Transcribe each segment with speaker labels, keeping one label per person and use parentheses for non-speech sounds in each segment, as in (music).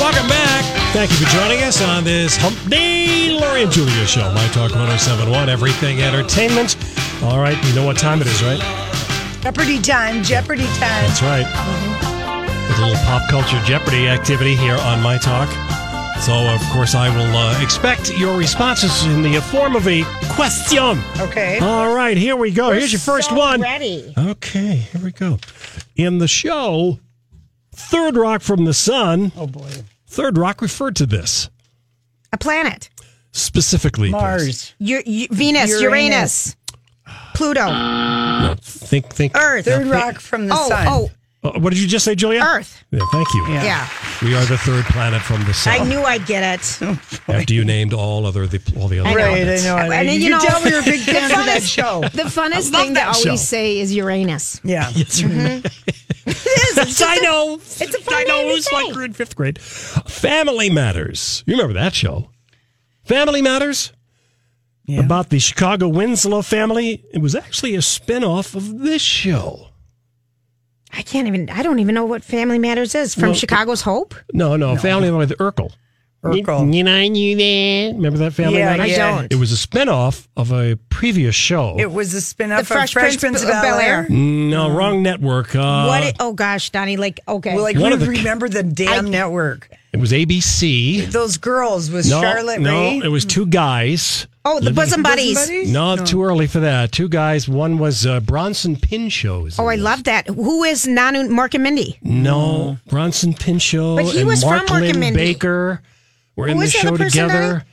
Speaker 1: Welcome back. Thank you for joining us on this Hump Day. Lori and Julia show. My Talk 1071, Everything Entertainment. All right, you know what time it is, right?
Speaker 2: Jeopardy time, Jeopardy time.
Speaker 1: That's right. With a little pop culture Jeopardy activity here on My Talk. So, of course, I will uh, expect your responses in the form of a question.
Speaker 2: Okay.
Speaker 1: All right, here we go. Here's your first
Speaker 3: so
Speaker 1: one.
Speaker 3: Ready.
Speaker 1: Okay, here we go. In the show, Third Rock from the Sun. Oh boy. Third Rock referred to this
Speaker 2: A planet.
Speaker 1: specifically. please.
Speaker 3: Mars.
Speaker 2: U- U- Venus, Uranus,
Speaker 3: Uranus.
Speaker 2: Pluto,
Speaker 1: No, think, think.
Speaker 2: Earth.
Speaker 3: Third rock from the
Speaker 2: oh,
Speaker 3: sun.
Speaker 2: oh,
Speaker 1: Uh, what did you just say, Julia?
Speaker 2: Earth.
Speaker 1: Yeah, thank you.
Speaker 3: Yeah.
Speaker 2: yeah.
Speaker 1: We are the third planet from the sun.
Speaker 2: I knew I'd get (laughs) it.
Speaker 1: After you named all other the all the other
Speaker 2: I know.
Speaker 3: Right, I
Speaker 1: planets.
Speaker 3: know.
Speaker 2: And then, you
Speaker 3: you
Speaker 2: know-
Speaker 3: tell me you're a big
Speaker 2: (laughs) The
Speaker 3: fan of that
Speaker 2: funnest-
Speaker 3: show.
Speaker 4: The funnest
Speaker 1: love
Speaker 4: thing to
Speaker 1: that
Speaker 4: always
Speaker 1: show.
Speaker 4: say is Uranus.
Speaker 3: Yeah.
Speaker 1: Yes, yes, I know. It's
Speaker 2: a fun
Speaker 1: I know.
Speaker 2: name
Speaker 1: It
Speaker 2: to
Speaker 1: was like
Speaker 2: say.
Speaker 1: we're in fifth grade. Family Matters. You remember that show? Family Matters.
Speaker 3: Yeah.
Speaker 1: About the Chicago Winslow family. It was actually a spin-off of this show.
Speaker 2: I can't even, I don't even know what Family Matters is. From Chicago's Hope?
Speaker 1: No, no, Family Matters with Urkel.
Speaker 3: Urkel.
Speaker 1: You, you know, I knew that. Remember that Family
Speaker 3: Yeah,
Speaker 1: Matters?
Speaker 3: yeah. I don't.
Speaker 1: It was a spin-off of a previous show.
Speaker 3: It was a spin
Speaker 2: The
Speaker 3: off of
Speaker 2: Fresh Prince,
Speaker 3: Prince
Speaker 2: of Bel-Air.
Speaker 1: no, wrong network. Uh,
Speaker 2: Mm. what? It, oh gosh, Donnie, like, okay.
Speaker 3: Well, like
Speaker 1: One
Speaker 3: we
Speaker 1: of the-
Speaker 3: remember the damn network.
Speaker 1: It was ABC.
Speaker 3: Those girls with
Speaker 1: No,
Speaker 3: Charlotte
Speaker 1: no,
Speaker 3: Ray.
Speaker 1: it was two guys.
Speaker 2: oh, the
Speaker 1: Living-
Speaker 2: Bosom Buddies.
Speaker 3: Bosom Buddies?
Speaker 1: No, too early for that. Two guys. One was uh, Bronson Pinchot. is in
Speaker 2: Oh, I
Speaker 1: this.
Speaker 2: love that. Who is Nanu, Mark and Mindy?
Speaker 1: No, Bronson Pinchot
Speaker 2: But he
Speaker 1: and
Speaker 2: was from
Speaker 1: Mark
Speaker 2: Mork and
Speaker 1: Lynn
Speaker 2: Mindy.
Speaker 1: Baker were in
Speaker 2: Who
Speaker 1: the
Speaker 2: is the
Speaker 1: show
Speaker 2: other person,
Speaker 1: together.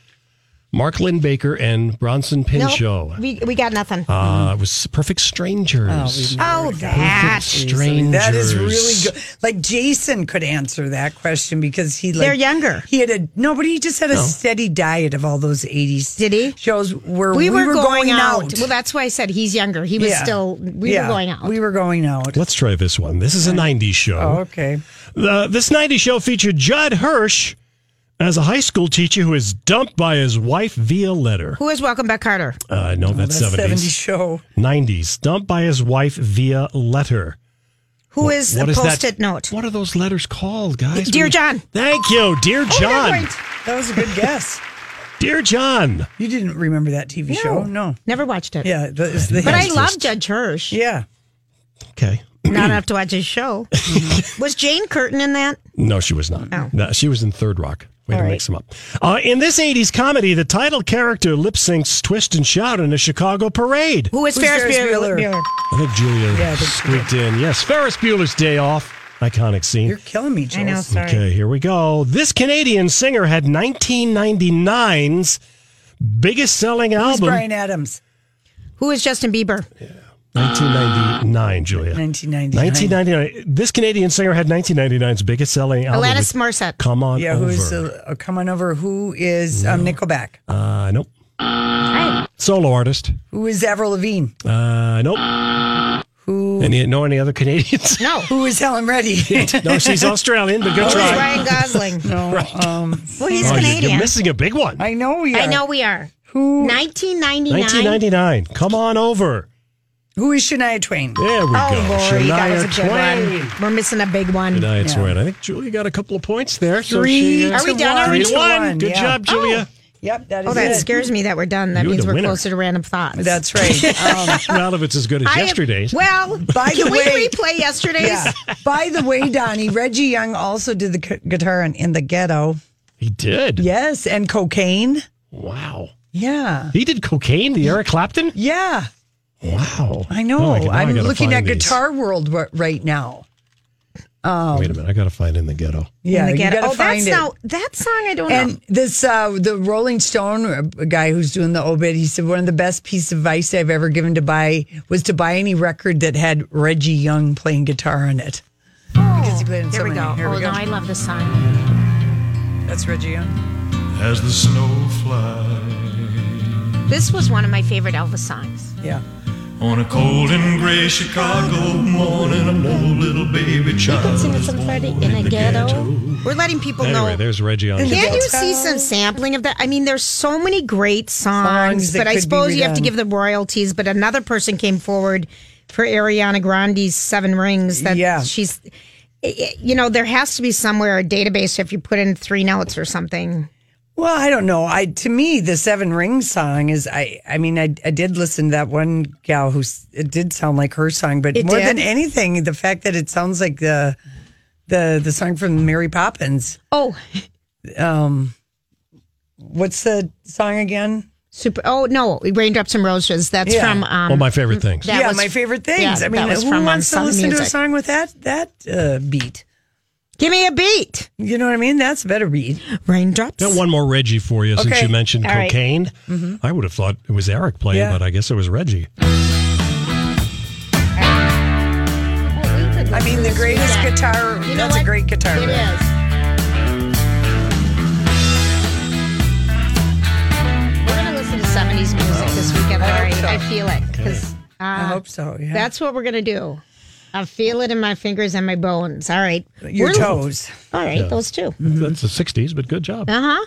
Speaker 1: Mark Lynn Baker and Bronson Pinchot.
Speaker 2: Nope, we, we got nothing.
Speaker 1: Uh, it was Perfect Strangers.
Speaker 2: oh, that.
Speaker 1: Perfect (laughs) Strangers.
Speaker 3: That is really good. Like Jason could answer that question because he like
Speaker 2: They're younger.
Speaker 3: He had a no, but he just had a steady diet of all those eighties.
Speaker 2: Did he?
Speaker 3: shows where
Speaker 2: We, were, going, out. Well, that's why I said he's younger. He was
Speaker 3: Yeah.
Speaker 2: still, we
Speaker 3: Yeah.
Speaker 2: were going out.
Speaker 3: We were going out.
Speaker 1: Let's try this one. This is a 90s show.
Speaker 3: Oh, okay.
Speaker 1: The, this 90s show featured Judd Hirsch as a high school teacher who is dumped by his wife via letter.
Speaker 2: Who is Welcome Back Carter?
Speaker 1: Uh, no, that's,
Speaker 3: Oh, That's 70s
Speaker 1: 70s.
Speaker 3: show.
Speaker 1: 90s. Dumped by his wife via letter.
Speaker 2: Who is
Speaker 1: What
Speaker 2: a
Speaker 1: is that-
Speaker 2: post-it note?
Speaker 1: What are those letters called, guys?
Speaker 2: Dear
Speaker 1: We-
Speaker 2: John. Oh,
Speaker 1: Thank you. Dear John.
Speaker 2: Never, mind.
Speaker 3: That was
Speaker 2: (laughs)
Speaker 3: a good guess.
Speaker 1: Dear John.
Speaker 3: You didn't remember that TV show? No.
Speaker 2: Never watched it.
Speaker 3: Yeah. that is the-
Speaker 2: But I
Speaker 1: It's
Speaker 2: love
Speaker 1: just-
Speaker 2: Judge Hirsch.
Speaker 3: Yeah.
Speaker 1: Okay.
Speaker 2: Not enough to watch his show.
Speaker 3: (laughs)
Speaker 2: was Jane Curtin in that?
Speaker 1: No, she was not.
Speaker 3: Oh.
Speaker 1: No, she was in Third Rock. Way to mix them up. Uh, in this 80s comedy, the title character lip syncs Twist and Shout in a Chicago parade.
Speaker 2: Who was
Speaker 3: Who's
Speaker 2: Ferris
Speaker 3: Ferris
Speaker 2: Bueller?
Speaker 3: Bueller?
Speaker 2: Bueller.
Speaker 1: I think Julia
Speaker 3: Yeah, I think she
Speaker 1: squeaked in. Yes, Ferris Bueller's Day Off. Iconic scene.
Speaker 3: You're killing me, Jules.
Speaker 2: I know, sorry.
Speaker 1: Okay, here we go. This Canadian singer had 1999's biggest selling
Speaker 3: Who's
Speaker 1: album.
Speaker 3: Brian Adams?
Speaker 2: Who is Justin Bieber?
Speaker 1: 1999, Julia.
Speaker 3: 1999.
Speaker 1: 1999. This Canadian singer had 1999's biggest selling album.
Speaker 2: Alanis
Speaker 1: with
Speaker 2: Morissette.
Speaker 1: Come on
Speaker 3: Yeah,
Speaker 1: over.
Speaker 3: who's uh, uh, coming over? Who is um, Nickelback?
Speaker 1: uh, nope. Solo artist.
Speaker 3: Who is Avril Lavigne?
Speaker 1: Uh, nope. Who? Any, know any
Speaker 2: (laughs)
Speaker 1: other Canadians?
Speaker 2: No.
Speaker 3: Who is Helen Reddy?
Speaker 1: (laughs)
Speaker 3: (laughs)
Speaker 1: no, she's Australian, but good
Speaker 2: Who is
Speaker 1: try.
Speaker 2: Ryan Gosling?
Speaker 3: no, um,
Speaker 2: Well, he's
Speaker 1: Oh, you're-
Speaker 2: Canadian.
Speaker 1: You're missing a big one.
Speaker 3: I know we are.
Speaker 2: I know we are.
Speaker 3: Who?
Speaker 2: 1999.
Speaker 1: 1999. Come on over.
Speaker 3: Who is Shania Twain?
Speaker 1: There we
Speaker 2: Oh,
Speaker 1: go.
Speaker 2: Lori, that was a good
Speaker 1: Twain.
Speaker 2: one. We're missing a big one.
Speaker 1: Shania
Speaker 3: Yeah.
Speaker 1: Twain. I think Julia got a couple of points there. so
Speaker 3: Three
Speaker 1: she,
Speaker 2: Are we
Speaker 3: to
Speaker 2: done
Speaker 3: one.
Speaker 2: already?
Speaker 1: Three to one.
Speaker 3: One,
Speaker 1: Good
Speaker 2: (laughs)
Speaker 3: yeah.
Speaker 1: job, Julia.
Speaker 3: Yep, that is
Speaker 2: Oh, that
Speaker 3: it.
Speaker 2: scares me that we're done. That
Speaker 1: You're
Speaker 2: means
Speaker 1: the
Speaker 2: we're
Speaker 1: winner.
Speaker 2: closer to random thoughts.
Speaker 3: That's right.
Speaker 2: (laughs)
Speaker 3: Um,
Speaker 1: Well, if it's as good as
Speaker 2: I-
Speaker 1: yesterday's.
Speaker 2: well,
Speaker 3: By
Speaker 2: can
Speaker 3: the
Speaker 2: we
Speaker 3: way-
Speaker 2: replay yesterday's?
Speaker 3: yeah. By the way, Donnie, Reggie Young also did the gu- guitar in, in the ghetto.
Speaker 1: he did.
Speaker 3: Yes, and cocaine.
Speaker 1: Wow.
Speaker 3: Yeah.
Speaker 1: He did cocaine, the Eric Clapton?
Speaker 3: Yeah,
Speaker 1: Wow.
Speaker 3: I know.
Speaker 1: Now Oh, I- now I
Speaker 3: I'm
Speaker 1: gotta
Speaker 3: looking
Speaker 1: find
Speaker 3: at
Speaker 1: these.
Speaker 3: Guitar World r- right now.
Speaker 2: Oh.
Speaker 1: Wait a minute. I got to find in the ghetto.
Speaker 2: In
Speaker 3: Yeah,
Speaker 2: the
Speaker 3: you
Speaker 2: ghetto.
Speaker 3: got to
Speaker 2: oh,
Speaker 3: find
Speaker 2: that's
Speaker 3: it.
Speaker 2: now oh, that song. I don't know.
Speaker 3: And this, uh, the Rolling Stone uh, guy who's doing the obit, he said one of the best piece of advice I've ever given to buy was to buy any record that had Reggie Young playing guitar on it. Because he played in
Speaker 2: There
Speaker 3: so
Speaker 2: we
Speaker 3: many.
Speaker 2: go.
Speaker 3: Here
Speaker 2: oh,
Speaker 3: we go.
Speaker 2: no, I love this song.
Speaker 3: That's Reggie Young.
Speaker 4: As the snow flies
Speaker 2: This was one of my favorite Elvis songs.
Speaker 3: Yeah.
Speaker 4: on a cold and gray Chicago morning, an old little baby child. is born in the ghetto.
Speaker 2: We're letting people
Speaker 1: Anyway,
Speaker 2: know.
Speaker 1: there's Reggie on.
Speaker 3: Yeah.
Speaker 2: Can't you
Speaker 3: Ghetto.
Speaker 2: see some sampling of that? I mean, there's so many great songs,
Speaker 3: Songs that
Speaker 2: but I
Speaker 3: could be
Speaker 2: suppose you have to
Speaker 3: redone.
Speaker 2: give them royalties. But another person came forward for Ariana Grande's Seven Rings that
Speaker 3: Yeah.
Speaker 2: she's, you know, there has to be somewhere a database if you put in three notes or something.
Speaker 3: Well, I don't know. I to me, the Seven Rings song is. I I mean, I I did listen to that one gal who s- it did sound like her song, but
Speaker 2: It
Speaker 3: more than
Speaker 2: did?
Speaker 3: anything, the fact that it sounds like the the the song from Mary Poppins.
Speaker 2: Oh,
Speaker 3: What's the song again?
Speaker 2: super. Oh, no, Raindrops and Roses. That's
Speaker 3: Yeah.
Speaker 2: from. Um,
Speaker 1: Well, my favorite things.
Speaker 2: that
Speaker 3: yeah,
Speaker 2: was-
Speaker 3: my favorite things.
Speaker 2: yeah,
Speaker 3: I mean,
Speaker 2: that was
Speaker 3: who
Speaker 2: from, um,
Speaker 3: wants to
Speaker 2: Sound of
Speaker 3: listen to a
Speaker 2: Music.
Speaker 3: song with that that uh, beat?
Speaker 2: Give me a beat.
Speaker 3: You know what I mean? That's a better beat.
Speaker 2: Raindrops.
Speaker 1: Got one more Reggie for you since
Speaker 3: Okay. Mm-hmm.
Speaker 1: you mentioned
Speaker 2: All right.
Speaker 1: cocaine. I would have thought it was Eric playing,
Speaker 3: Yeah.
Speaker 1: but I guess it was Reggie.
Speaker 3: I mean, the greatest guitar. that's a great guitar.
Speaker 2: It
Speaker 3: riff.
Speaker 2: is. We're gonna listen to 70s music this weekend,
Speaker 3: I hope
Speaker 2: Lori.
Speaker 3: so.
Speaker 2: I feel it because
Speaker 3: I hope so. Yeah.
Speaker 2: that's what we're gonna do. I feel it in my fingers and my bones. All right,
Speaker 3: your
Speaker 2: We're-
Speaker 3: toes.
Speaker 2: All right, those two.
Speaker 3: Mm-hmm.
Speaker 1: That's the 60s, but good job.
Speaker 2: Uh huh.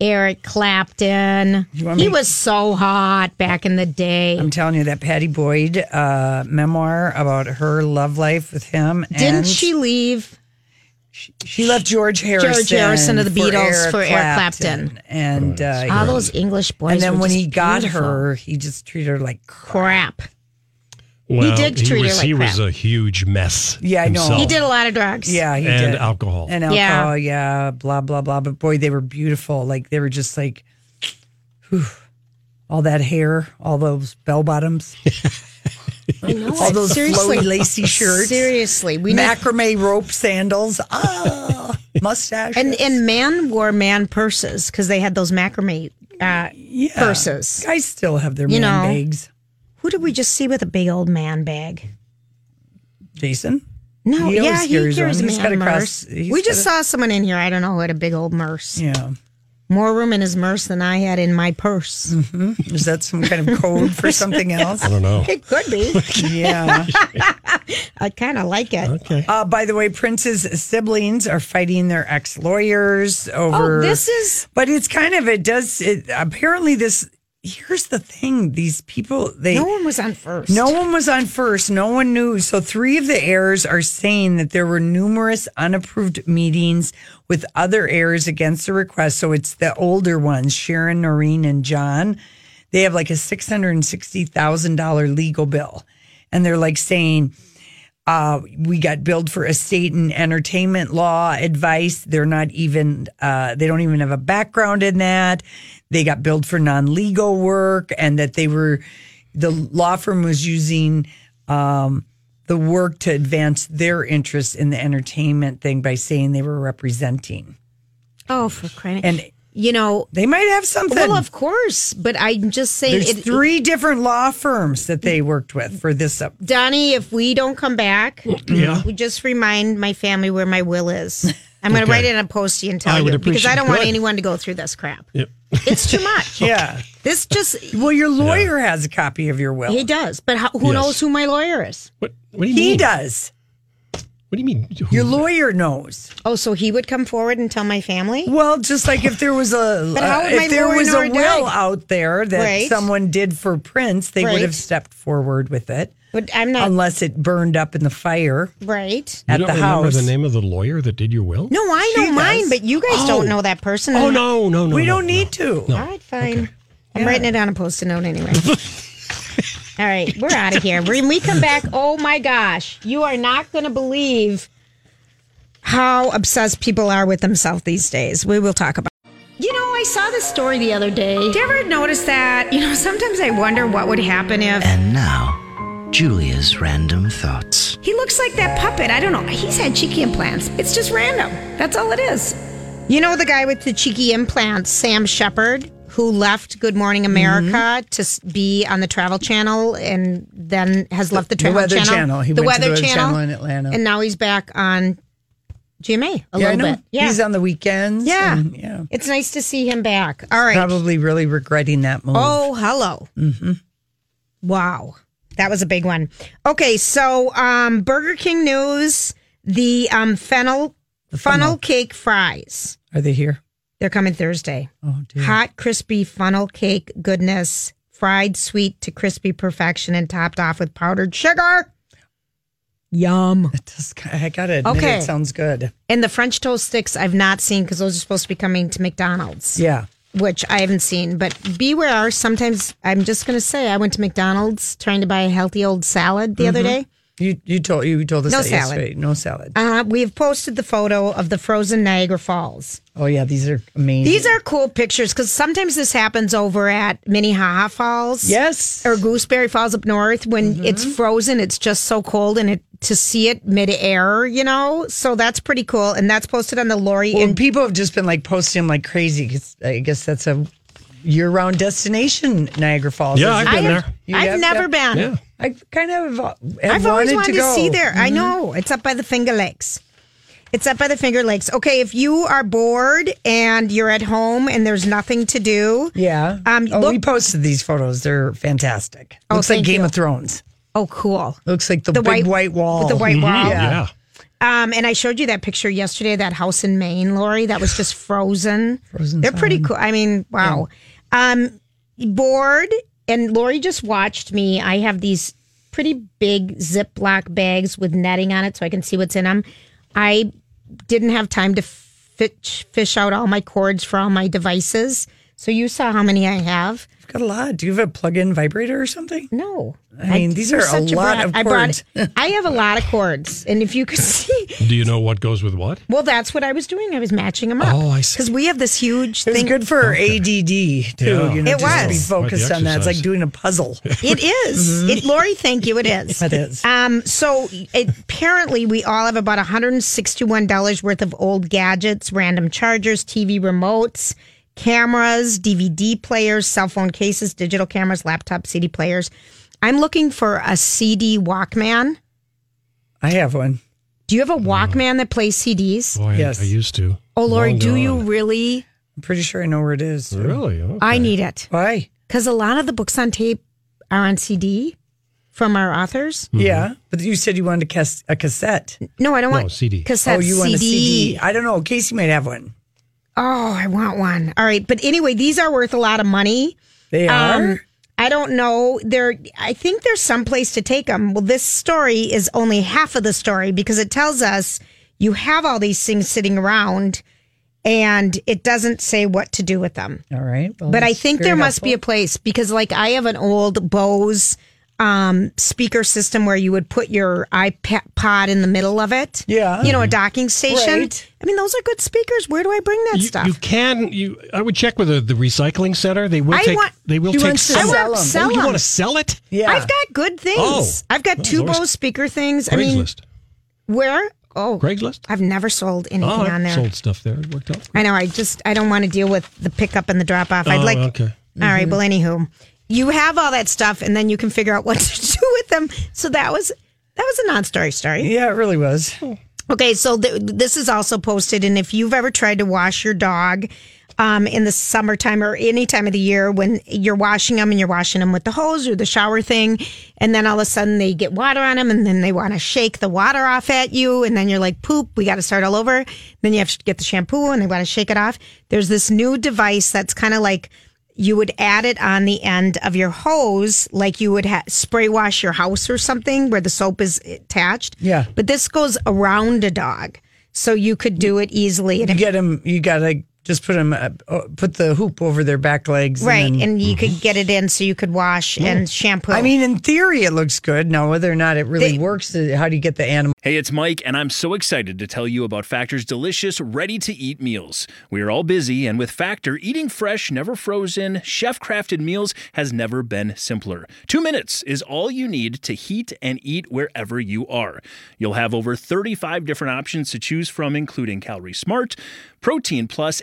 Speaker 2: Eric Clapton.
Speaker 3: want
Speaker 2: He
Speaker 3: me-
Speaker 2: was so hot back in the day.
Speaker 3: I'm telling you that Patty Boyd uh, memoir about her love life with him.
Speaker 2: Didn't
Speaker 3: and
Speaker 2: she leave?
Speaker 3: She left George Harrison.
Speaker 2: George Harrison of the Beatles for Eric Clapton.
Speaker 3: And uh,
Speaker 2: All those English boys.
Speaker 3: and then
Speaker 2: were
Speaker 3: when
Speaker 2: just
Speaker 3: he got
Speaker 2: beautiful.
Speaker 3: her, he just treated her like crap.
Speaker 2: crap.
Speaker 1: Well,
Speaker 2: did treat her
Speaker 1: was,
Speaker 2: like
Speaker 1: he was
Speaker 2: crap.
Speaker 1: a huge mess.
Speaker 3: Yeah, I know.
Speaker 1: himself.
Speaker 2: He did a lot of drugs.
Speaker 3: Oh. Yeah, he
Speaker 1: And
Speaker 3: did.
Speaker 1: alcohol.
Speaker 3: and
Speaker 2: Yeah.
Speaker 3: alcohol. Yeah. blah blah blah. But boy, they were beautiful. Like they were just like, whew, all that hair, all those
Speaker 2: (laughs)
Speaker 3: bell bottoms, all those flowy lacy shirts,
Speaker 2: Seriously, we need
Speaker 3: (laughs) macrame rope sandals, ah,
Speaker 2: (laughs)
Speaker 3: mustache,
Speaker 2: and and man wore man purses because they had those macrame uh, purses.
Speaker 3: Guys still have their
Speaker 2: You
Speaker 3: man
Speaker 2: know.
Speaker 3: bags.
Speaker 2: Who did we just see with a big old man bag?
Speaker 3: Jason.
Speaker 2: No,
Speaker 3: He always
Speaker 2: yeah, he
Speaker 3: carries
Speaker 2: carries,
Speaker 3: one.
Speaker 2: a
Speaker 3: He's
Speaker 2: man
Speaker 3: got a
Speaker 2: merce.
Speaker 3: cross- he's
Speaker 2: We
Speaker 3: got
Speaker 2: just
Speaker 3: a-
Speaker 2: saw someone in here. I don't know who had a big old merce.
Speaker 3: Yeah.
Speaker 2: More room in his merce than I had in my
Speaker 3: (laughs)
Speaker 2: purse.
Speaker 3: Is that some kind of code for something else?
Speaker 1: I don't know.
Speaker 2: It could be. (laughs)
Speaker 3: Yeah.
Speaker 2: I kind of like it.
Speaker 1: Okay.
Speaker 3: Uh, by the way, Prince's siblings are fighting their ex lawyers over.
Speaker 2: Oh, this is
Speaker 3: But it's kind of it does. It, apparently, this here's the thing: these people they
Speaker 2: no one was on first.
Speaker 3: No one was on first. No one knew. So, three of the heirs are saying that there were numerous unapproved meetings with other heirs against the request. So, it's the older ones, Sharon, Noreen, and John. They have like a $660,000 legal bill. And they're like saying, uh, we got billed for estate and entertainment law advice. They're not even, uh, they don't even have a background in that. They got billed for non legal work and that they were, the law firm was using um, the work to advance their interest in the entertainment thing by saying they were representing.
Speaker 2: Oh, for crying! And
Speaker 3: And
Speaker 2: you know,
Speaker 3: they might have something.
Speaker 2: well, of course, but I'm just saying
Speaker 3: There's three different law firms that they worked with for this. uh, Up.
Speaker 2: Donnie, if we don't come back,
Speaker 1: Yeah.
Speaker 2: we just remind my family where my will is. I'm going to
Speaker 1: Okay.
Speaker 2: write it in a post and tell
Speaker 1: I would
Speaker 2: you because I
Speaker 1: appreciate-
Speaker 2: don't want
Speaker 1: Good.
Speaker 2: anyone to go through this crap.
Speaker 1: Yep.
Speaker 2: It's too
Speaker 1: (laughs)
Speaker 2: much.
Speaker 3: Yeah.
Speaker 2: This just
Speaker 3: Well, your lawyer has a copy of your will.
Speaker 2: he does, but how, who
Speaker 1: Oh, Yes.
Speaker 2: knows who my lawyer is?
Speaker 1: What, what do you mean?
Speaker 3: he does.
Speaker 1: What do you mean? Who-
Speaker 3: Your lawyer knows.
Speaker 2: Oh, so he would come forward and tell my family?
Speaker 3: Well, just like if there was
Speaker 2: (laughs)
Speaker 3: a uh,
Speaker 2: But how would my
Speaker 3: if there
Speaker 2: lawyer
Speaker 3: was
Speaker 2: know
Speaker 3: a
Speaker 2: I
Speaker 3: will
Speaker 2: died?
Speaker 3: out there that
Speaker 2: Right.
Speaker 3: someone did for Prince, they would
Speaker 2: Right.
Speaker 3: have stepped forward with it.
Speaker 2: But I'm not
Speaker 3: unless it burned up in the fire
Speaker 2: right.
Speaker 3: at
Speaker 1: you don't
Speaker 3: the
Speaker 1: remember
Speaker 3: house.
Speaker 1: the name of the lawyer that did your will?
Speaker 2: No, I know
Speaker 3: She
Speaker 2: mine,
Speaker 3: does.
Speaker 2: but you guys
Speaker 1: Oh.
Speaker 2: don't know that person.
Speaker 1: Oh no, no, no.
Speaker 3: we
Speaker 1: no,
Speaker 3: don't
Speaker 1: no.
Speaker 3: need to.
Speaker 2: All right, fine. I'm writing it on a post-it note anyway. All right, we're out of here. When we come back, oh my gosh, you are not going to believe how obsessed people are with themselves these days. We will talk about. You know, I saw this story the other day. Did you ever notice that? You know, sometimes I wonder what would happen if
Speaker 5: And now, Julia's random thoughts.
Speaker 2: he looks like that puppet. I don't know. He's had cheeky implants. It's just random. That's all it is. You know the guy with the cheeky implants, Sam Shepard, who left Good Morning America to s- be on the Travel Channel and then has left the
Speaker 3: the
Speaker 2: Travel
Speaker 3: Weather
Speaker 2: Channel.
Speaker 3: Channel. He went to the Weather Channel in Atlanta.
Speaker 2: And now he's back on GMA a
Speaker 3: yeah, I
Speaker 2: little
Speaker 3: know.
Speaker 2: bit. Yeah.
Speaker 3: He's on the weekends.
Speaker 2: yeah.
Speaker 3: and, yeah.
Speaker 2: It's nice to see him back. All right.
Speaker 3: Probably really regretting that move.
Speaker 2: Oh, hello. Mm-hmm. Wow. That was a big one. Okay, so um, Burger King news the um, fennel funnel. cake fries.
Speaker 3: Are they here? (laughs)
Speaker 2: They're coming Thursday.
Speaker 3: Oh, dear.
Speaker 2: Hot, crispy funnel cake goodness, fried sweet to crispy perfection, and topped off with powdered sugar. Yum.
Speaker 3: It does, I gotta admit,
Speaker 2: Okay.
Speaker 3: it sounds good.
Speaker 2: And the French toast sticks I've not seen because those are supposed to be coming to McDonald's.
Speaker 3: Yeah.
Speaker 2: which I haven't seen, but beware. Sometimes I'm just going to say I went to McDonald's trying to buy a healthy old salad the other
Speaker 3: Mm-hmm.
Speaker 2: day.
Speaker 3: You you told you told us
Speaker 2: No
Speaker 3: that
Speaker 2: salad.
Speaker 3: yesterday. No salad.
Speaker 2: Uh, we have posted the photo of the frozen Niagara Falls.
Speaker 3: oh yeah, these are amazing.
Speaker 2: These are cool pictures because sometimes this happens over at Minnehaha Falls.
Speaker 3: yes. Mm-hmm.
Speaker 2: Or Gooseberry Falls up north when it's frozen, it's just so cold, and it to see it midair, you know. So that's pretty cool, and that's posted on the Lori
Speaker 3: Well,
Speaker 2: and
Speaker 3: people have just been like posting them like crazy 'cause I guess that's a year-round destination, Niagara Falls.
Speaker 1: Yeah,
Speaker 3: isn't
Speaker 1: I've
Speaker 3: it?
Speaker 1: been
Speaker 2: have-
Speaker 1: there.
Speaker 3: You
Speaker 2: I've
Speaker 3: have-
Speaker 2: never
Speaker 3: yeah.
Speaker 2: been.
Speaker 1: Yeah.
Speaker 3: I kind of have
Speaker 2: I've always
Speaker 3: wanted
Speaker 2: wanted to,
Speaker 3: go. Mm-hmm.
Speaker 2: see there. I know it's up by the Finger Lakes. It's up by the Finger Lakes. Okay, if you are bored and you're at home and there's nothing to do,
Speaker 3: Yeah.
Speaker 2: Um,
Speaker 3: oh, we
Speaker 2: look-
Speaker 3: posted these photos. They're fantastic.
Speaker 2: Oh,
Speaker 3: Looks like
Speaker 2: thank
Speaker 3: Game
Speaker 2: you.
Speaker 3: of Thrones.
Speaker 2: oh, cool.
Speaker 3: Looks like the,
Speaker 2: The white-
Speaker 3: big white wall. Mm-hmm.
Speaker 2: with the white wall.
Speaker 3: Yeah.
Speaker 1: Yeah.
Speaker 2: Um, and I showed you that picture yesterday, that house in Maine, Lori, that was just
Speaker 3: (sighs)
Speaker 2: frozen. frozen They're pretty cool. I mean, wow. Um, bored, and Lori just watched me. I have these pretty big Ziploc bags with netting on it so I can see what's in them. I didn't have time to fish, fish out all my cords for all my devices. So you saw how many I have.
Speaker 3: You've got a lot. Do you have a plug-in vibrator or something?
Speaker 2: No.
Speaker 3: I mean, these
Speaker 2: you're
Speaker 3: are a
Speaker 2: such
Speaker 3: lot
Speaker 2: brat.
Speaker 3: of
Speaker 2: I brought-
Speaker 3: cords.
Speaker 2: (laughs) I have a lot of cords. And if you could (laughs) see,
Speaker 1: Do you know what goes with what?
Speaker 2: Well, that's what I was doing. I was matching them up.
Speaker 1: Oh, I see.
Speaker 2: Because we have this huge
Speaker 3: It was
Speaker 2: thing.
Speaker 3: good for ADD too.
Speaker 1: Yeah.
Speaker 3: You know,
Speaker 2: It
Speaker 3: just to be
Speaker 2: was.
Speaker 3: focused
Speaker 1: Quite the
Speaker 3: on that. It's like
Speaker 1: exercise.
Speaker 3: doing
Speaker 1: (laughs)
Speaker 3: a puzzle.
Speaker 2: It is.
Speaker 1: Mm-hmm.
Speaker 2: It, Lori, thank you. It is.
Speaker 3: It is.
Speaker 2: Um, so it, apparently, we all have about $161 worth of old gadgets, random chargers, TV remotes, cameras, DVD players, cell phone cases, digital cameras, laptop CD players. I'm looking for a CD Walkman.
Speaker 3: I have one.
Speaker 2: Do you have a Walkman that plays CDs?
Speaker 1: Boy, I-
Speaker 3: Yes.
Speaker 1: I, used to.
Speaker 2: Oh, Lori,
Speaker 1: Long
Speaker 2: do
Speaker 1: gone.
Speaker 2: you really?
Speaker 3: I'm pretty sure I know where it is. too.
Speaker 1: really? Okay.
Speaker 2: I need it.
Speaker 3: Why?
Speaker 2: Because a lot of the books on tape are on CD from our authors.
Speaker 1: Mm-hmm.
Speaker 3: Yeah, but you said you wanted a, cas- a cassette.
Speaker 2: No, I don't want
Speaker 1: CD.
Speaker 2: Cassette
Speaker 3: oh, you want a
Speaker 2: CD.
Speaker 3: CD? I don't know. Casey might have one.
Speaker 2: Oh, I want one. All right, but anyway, these are worth a lot of money.
Speaker 3: They are.
Speaker 2: Um, I don't know. They're. I think there's some place to take them. Well, this story is only half of the story because it tells us you have all these things sitting around, and it doesn't say what to do with them.
Speaker 3: All right. Well,
Speaker 2: But I
Speaker 3: that's
Speaker 2: think
Speaker 3: very
Speaker 2: there must be a
Speaker 3: helpful.
Speaker 2: place because, like, I have an old Bose um, speaker system where you would put your iPod in the middle of it.
Speaker 3: Yeah.
Speaker 1: Oh.
Speaker 2: You know, a docking station.
Speaker 3: Right.
Speaker 2: I mean, those are good speakers. Where do I bring that
Speaker 1: You,
Speaker 2: stuff?
Speaker 1: you can. You. I would check with the, the recycling center. They will
Speaker 2: I
Speaker 1: take.
Speaker 2: want-
Speaker 1: they will
Speaker 3: She
Speaker 1: take.
Speaker 3: wants to
Speaker 1: some-
Speaker 2: I want to
Speaker 3: sell
Speaker 2: sell
Speaker 1: oh, you
Speaker 2: them.
Speaker 1: want to sell it?
Speaker 3: Yeah.
Speaker 2: I've got good things.
Speaker 1: Oh.
Speaker 2: I've got
Speaker 1: Well,
Speaker 2: two
Speaker 1: there's
Speaker 2: Bose speaker things. I mean,
Speaker 1: Craigslist.
Speaker 2: where? Oh,
Speaker 1: Craigslist.
Speaker 2: I've never sold anything
Speaker 1: Oh,
Speaker 2: on
Speaker 1: I
Speaker 2: there.
Speaker 1: sold stuff there. It worked out.
Speaker 2: I know. I just I don't want to deal with the pickup and the drop off. I'd
Speaker 1: Oh,
Speaker 2: like.
Speaker 1: okay.
Speaker 2: All right. Well, anywho, you have all that stuff, and then you can figure out what to (laughs) do with them. So that was that was a non-story story.
Speaker 3: Yeah, it really was.
Speaker 2: Okay. So th- this is also posted, and if you've ever tried to wash your dog. Um, in the summertime or any time of the year when you're washing them and you're washing them with the hose or the shower thing, and then all of a sudden they get water on them and then they want to shake the water off at you, and then you're like, poop, we got to start all over. Then you have to get the shampoo and they want to shake it off. There's this new device that's kind of like you would add it on the end of your hose, like you would ha- spray wash your house or something where the soap is attached.
Speaker 3: Yeah.
Speaker 2: But this goes around a dog. So you could do it easily. And
Speaker 3: You
Speaker 2: it,
Speaker 3: get them. You gotta just put them. Uh, uh, put the hoop over their back legs.
Speaker 2: right.
Speaker 3: And
Speaker 2: And,
Speaker 3: then-
Speaker 2: you could get it in so you could wash and shampoo.
Speaker 3: Mm-hmm. I mean, in theory, it looks good. Now, whether or not it really
Speaker 2: They-
Speaker 3: works, uh, how do you get the animal?
Speaker 6: Hey, it's Mike, and I'm so excited to tell you about Factor's delicious, ready to eat meals. We are all busy, and with Factor, eating fresh, never frozen, chef crafted meals has never been simpler. Two minutes is all you need to heat and eat wherever you are. You'll have over 35 different options to choose from, including Calorie Smart, Protein Plus,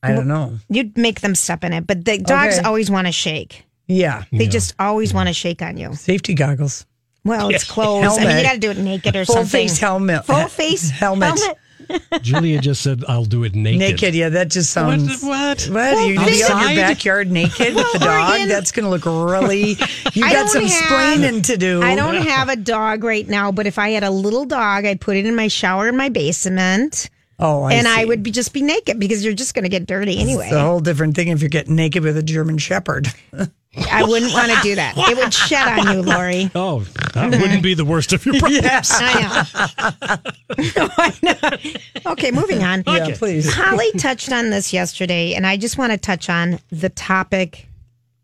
Speaker 3: I don't know.
Speaker 2: You'd make them step in it, but the dogs
Speaker 3: Okay.
Speaker 2: always want to shake.
Speaker 3: Yeah.
Speaker 2: They just always want to shake on you.
Speaker 3: Safety goggles.
Speaker 2: Well,
Speaker 3: (laughs)
Speaker 2: it's clothes. I mean, you
Speaker 3: Helmet.
Speaker 2: got to do it naked or
Speaker 3: Full
Speaker 2: something.
Speaker 3: face helmet.
Speaker 2: Full face
Speaker 3: (laughs) Helmet.
Speaker 2: helmet.
Speaker 1: Julia just said, I'll do it naked.
Speaker 3: Naked. Yeah, that just sounds.
Speaker 1: What?
Speaker 3: What? you gonna be out in
Speaker 1: Outside?
Speaker 3: your backyard
Speaker 2: (laughs)
Speaker 3: naked with the dog?
Speaker 2: Oregon-
Speaker 3: That's going to look
Speaker 2: (laughs)
Speaker 3: really. You
Speaker 2: I
Speaker 3: got
Speaker 2: don't
Speaker 3: some
Speaker 2: have-
Speaker 3: splaining to do.
Speaker 2: I don't have a dog right now, but if I had a little dog, I'd put it in my shower in my basement,
Speaker 3: Oh, I
Speaker 2: and I
Speaker 3: see.
Speaker 2: would be just be naked because you're just going to get dirty anyway.
Speaker 3: It's a whole different thing if you're getting naked with a German Shepherd. (laughs)
Speaker 2: I wouldn't want to do that. It would shed on you, Lori.
Speaker 1: Oh, that wouldn't be the worst of
Speaker 3: (laughs)
Speaker 1: your problems.
Speaker 2: I know. (laughs) I know. Okay, moving on.
Speaker 3: Yeah, please.
Speaker 2: Holly touched on this yesterday, and I just want to touch on the topic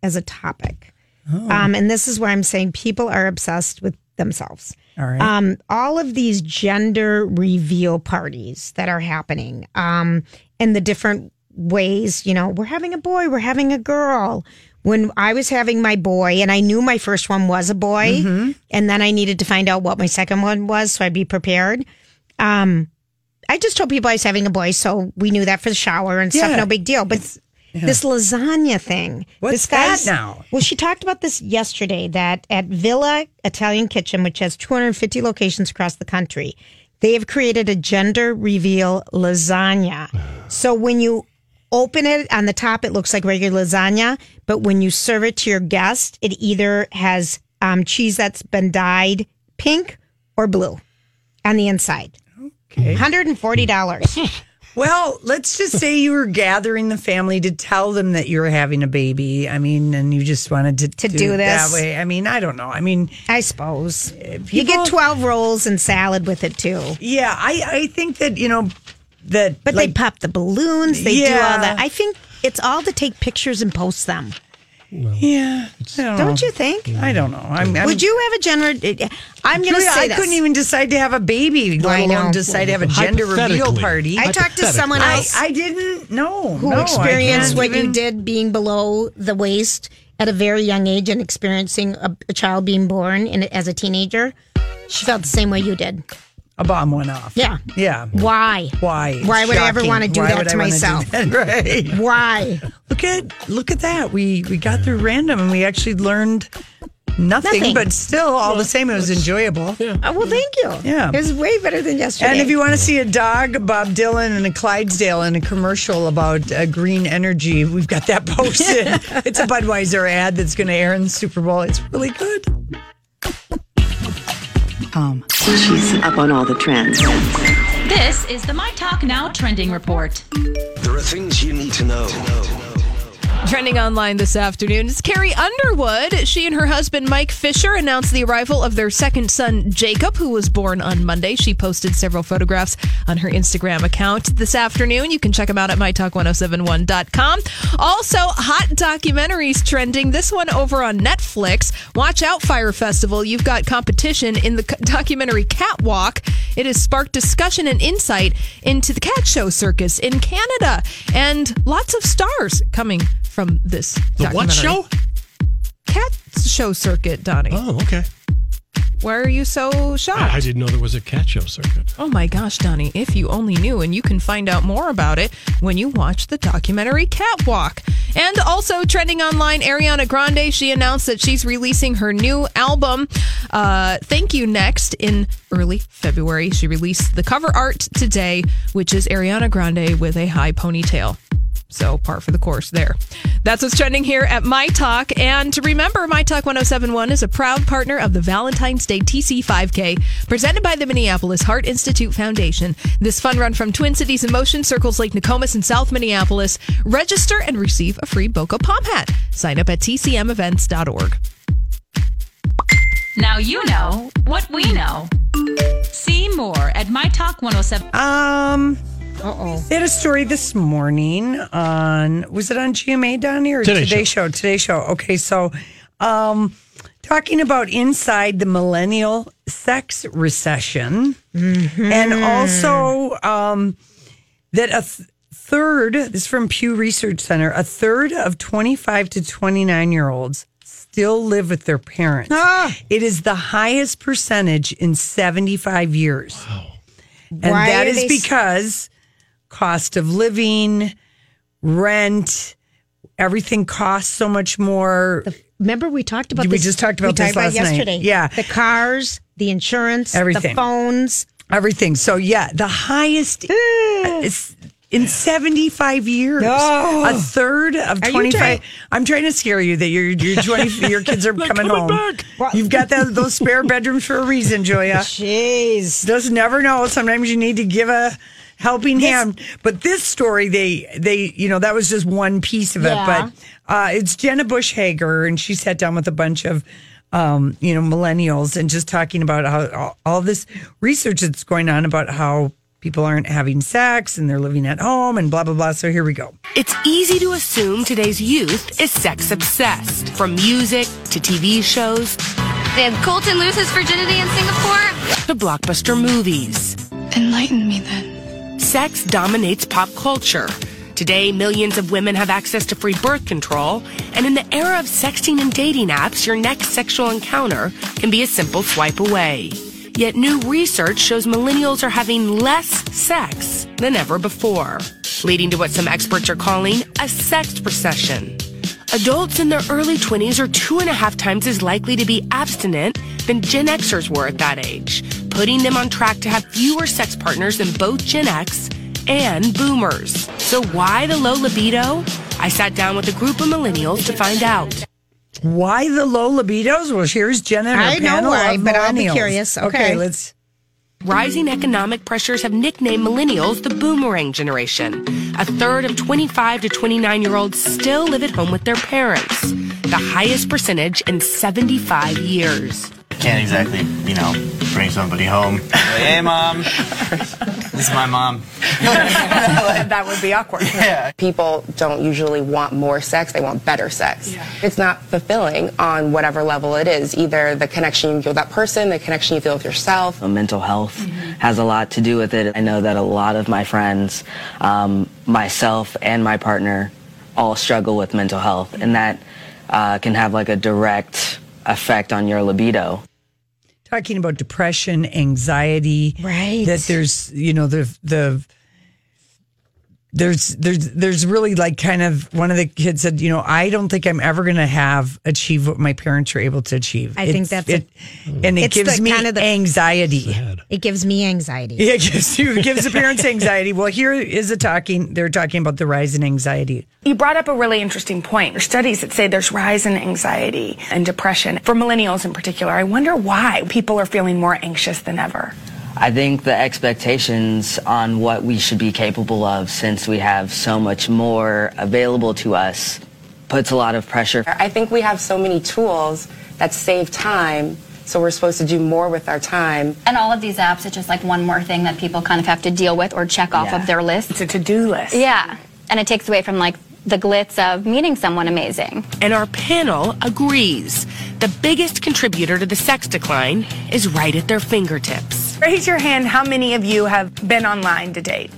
Speaker 2: as a topic.
Speaker 3: Oh.
Speaker 2: Um, and this is where I'm saying people are obsessed with themselves.
Speaker 3: All right.
Speaker 2: Um, all of these gender reveal parties that are happening, um, and the different ways, you know, we're having a boy, we're having a girl. When I was having my boy, and I knew my first one was a boy,
Speaker 3: Mm-hmm.
Speaker 2: and then I needed to find out what my second one was so I'd be prepared. Um, I just told people I was having a boy, so we knew that for the shower and
Speaker 3: Yeah.
Speaker 2: stuff, no big deal. But this lasagna thing, this
Speaker 3: What's
Speaker 2: guy's,
Speaker 3: that now?
Speaker 2: Well, she talked about this yesterday that at Villa Italian Kitchen, which has 250 locations across the country, they have created a gender reveal
Speaker 3: (sighs)
Speaker 2: lasagna. So when you open it on the top, it looks like regular lasagna, but when you serve it to your guest, it either has um, cheese that's been dyed pink or blue on the inside. $140.
Speaker 3: Well, let's just say you were gathering the family to tell them that you were having a baby. I mean, and you just wanted to,
Speaker 2: To do
Speaker 3: it that
Speaker 2: this.
Speaker 3: way. I mean, I don't know. I mean,
Speaker 2: I suppose. you get
Speaker 3: people-
Speaker 2: 12 rolls and salad with it too.
Speaker 3: yeah, I, I think that, you know, that.
Speaker 2: But
Speaker 3: like,
Speaker 2: they pop the balloons, they do all
Speaker 3: Yeah.
Speaker 2: that. I think it's all to take pictures and post them.
Speaker 3: Yeah. I don't,
Speaker 2: Don't
Speaker 3: know.
Speaker 2: you think?
Speaker 3: I don't know. Oh. I'm, I'm,
Speaker 2: Would you have a gender? eh, I'm going to
Speaker 3: Julia,
Speaker 2: say
Speaker 3: I
Speaker 2: this.
Speaker 3: couldn't even decide to have a baby, let
Speaker 2: I know.
Speaker 3: alone decide to have a gender reveal
Speaker 1: Hypothetically.
Speaker 3: party.
Speaker 2: I
Speaker 3: I,
Speaker 2: talked to someone
Speaker 3: I,
Speaker 2: else
Speaker 3: didn't know.
Speaker 2: who
Speaker 3: no, I
Speaker 2: experienced
Speaker 3: can't
Speaker 2: what you
Speaker 3: even-
Speaker 2: did being below the waist at a very young age and experiencing a, a child being born in, as a teenager. She felt the same way you did.
Speaker 3: A bomb went off.
Speaker 2: Yeah.
Speaker 3: Yeah.
Speaker 2: Why?
Speaker 3: Why?
Speaker 2: Why would I ever
Speaker 3: Shocking.
Speaker 2: wanna do
Speaker 3: Why
Speaker 2: that
Speaker 3: would
Speaker 2: to
Speaker 3: I wanna do
Speaker 2: myself?
Speaker 3: that? (laughs) Right.
Speaker 2: Why? (laughs)
Speaker 3: Look at look at that. We we got through random and we actually learned nothing,
Speaker 2: Nothing.
Speaker 3: but still all the same it was enjoyable.
Speaker 2: Oh, well, thank you.
Speaker 3: Yeah.
Speaker 2: It was way better than yesterday.
Speaker 3: And if you want to see a dog, Bob Dylan and a Clydesdale in a commercial about uh, green energy, we've got that (laughs) posted. it's a Budweiser ad that's going to air in the Super Bowl. It's really good.
Speaker 7: She's up on all the trends.
Speaker 8: This is the My Talk Now trending report.
Speaker 5: There are things you need to know.
Speaker 9: Trending online this afternoon is Carrie Underwood. She and her husband Mike Fisher announced the arrival of their second son Jacob, who was born on Monday. She posted several photographs on her Instagram account this afternoon. You can check them out at mytalk1071.com. Also, hot documentaries trending. This one over on Netflix. Watch out, Fire Festival. You've got competition in the (laughs) c- documentary Catwalk. It has sparked discussion and insight into the cat show circus in Canada and lots of stars coming from this
Speaker 1: The what
Speaker 9: documentary.
Speaker 1: show?
Speaker 9: Cat show circuit, Donnie.
Speaker 1: Oh, okay.
Speaker 9: Why are you so
Speaker 6: Oh.
Speaker 9: shocked?
Speaker 1: I, I didn't know there was a cat show circuit.
Speaker 9: Oh my gosh, Donnie, if you only knew, and you can find out more about it when you watch the documentary Catwalk. And also trending online, Ariana Grande, she announced that she's releasing her new album, uh, Thank You Next, in early February. She released the cover art today, which is Ariana Grande with a high ponytail. So, part for the course there. That's what's trending here at My Talk. And to remember, My Talk 1071 is a proud partner of the Valentine's Day TC5K, presented by the Minneapolis Heart Institute Foundation. This fun run from Twin Cities in Motion circles Lake Nokomis in South Minneapolis. Register and receive a free Boca Pom hat. Sign up at tcmevents.org.
Speaker 10: Now you know what we know. See more at My Talk 107.
Speaker 3: Um, They had a story this morning on was it on GMA Donnie or
Speaker 1: Today
Speaker 3: Today, Show? Today Show. Okay, so um, talking about inside the millennial sex recession, and also um, that a th- third. This is from Pew Research Center. A third of twenty-five to twenty-nine year olds still live with their parents.
Speaker 2: Ah!
Speaker 3: It is the highest percentage in seventy-five years. And
Speaker 2: Why
Speaker 3: that
Speaker 2: are
Speaker 3: is
Speaker 2: they s-
Speaker 3: because cost of living, rent, everything costs so much more.
Speaker 2: Remember we talked about
Speaker 3: we
Speaker 2: this-
Speaker 3: just talked about
Speaker 2: we
Speaker 3: this
Speaker 2: talked about
Speaker 3: last night.
Speaker 2: yesterday.
Speaker 3: Yeah.
Speaker 2: the cars, the insurance,
Speaker 3: Everything.
Speaker 2: the phones.
Speaker 3: Everything. So yeah, the highest is in 75 years.
Speaker 2: No.
Speaker 3: A third of
Speaker 2: Are you
Speaker 3: 25.
Speaker 2: trying-
Speaker 3: I'm trying to scare you that your your 20 your
Speaker 2: (laughs)
Speaker 3: kids are
Speaker 2: They're
Speaker 3: coming,
Speaker 2: coming
Speaker 3: home.
Speaker 2: back.
Speaker 3: You've got that, those spare
Speaker 2: (laughs)
Speaker 3: bedrooms for a reason, Julia.
Speaker 2: Jeez.
Speaker 3: Just never know. Sometimes you need to give a helping hand. But this story they they you know that was just one piece of it,
Speaker 11: Yeah.
Speaker 3: but uh, it's Jenna Bush Hager, and she sat down with a bunch of, um, you know, millennials and just talking about how all, all this research that's going on about how people aren't having sex and they're living at home and blah blah blah. So here we go.
Speaker 12: It's easy to assume today's youth is sex obsessed, from music to TV shows
Speaker 13: Did Colton lose his virginity in Singapore?
Speaker 12: to blockbuster movies.
Speaker 13: Enlighten me then.
Speaker 12: Sex dominates pop culture. Today, millions of women have access to free birth control, and in the era of sexting and dating apps, your next sexual encounter can be a simple swipe away. Yet new research shows millennials are having less sex than ever before, leading to what some experts are calling a sex recession. Adults in their early 20s are two and a half times as likely to be abstinent than Gen Xers were at that age, putting them on track to have fewer sex partners than both Gen X and boomers. So, why the low libido? I sat down with a group of millennials to find out.
Speaker 3: Why the low libidos? Well, here's Jenna. And her
Speaker 12: I know
Speaker 3: panel
Speaker 12: why,
Speaker 3: of
Speaker 12: but I'll be
Speaker 3: millennials.
Speaker 12: curious.
Speaker 3: okay
Speaker 12: Okay.
Speaker 3: let's
Speaker 12: Rising economic pressures have nicknamed millennials the boomerang generation. A third of 25 to 29 year olds still live at home with their parents, the highest percentage in 75 years.
Speaker 14: Can't exactly, you know, bring somebody home. Like, hey, mom. this is my mom.
Speaker 15: that would be awkward. People don't usually want more sex, they want better sex. It's not fulfilling on whatever level it is, either the connection you feel with that person, the connection you feel with yourself.
Speaker 16: Uh, Mental health has a lot to do with it. I know that a lot of my friends, um, myself, and my partner all struggle with mental health, and that uh, can have like a direct effect on your libido.
Speaker 3: talking about depression, anxiety, right? That there's you know the the there's there's there's really like kind of one of the kids said you know I don't think I'm ever going to have achieve what my parents were able to achieve.
Speaker 2: I think
Speaker 3: It's-
Speaker 2: that's
Speaker 3: it, and it
Speaker 2: It's
Speaker 3: gives
Speaker 2: the
Speaker 3: me
Speaker 2: kind of the-
Speaker 3: anxiety.
Speaker 2: It gives me anxiety.
Speaker 3: (laughs) Yeah, it gives you it gives the parents anxiety. Well, here is a talking. They're talking about the rise in anxiety.
Speaker 17: You brought up a really interesting point. There's studies that say there's rise in anxiety and depression for millennials in particular. I wonder why people are feeling more anxious than ever.
Speaker 16: I think the expectations on what we should be capable of, since we have so much more available to us, puts a lot of pressure.
Speaker 15: I think we have so many tools that save time, so we're supposed to do more with our time.
Speaker 11: And all of these apps, it's just like one more thing that people kind of have to deal with or check off
Speaker 15: Yeah.
Speaker 11: of their list. It's
Speaker 17: a to do list.
Speaker 11: Yeah. And it takes away from like the glitz of meeting someone amazing.
Speaker 12: And our panel agrees. The biggest contributor to the sex decline is right at their fingertips.
Speaker 17: Raise your hand. How many of you have been online to date?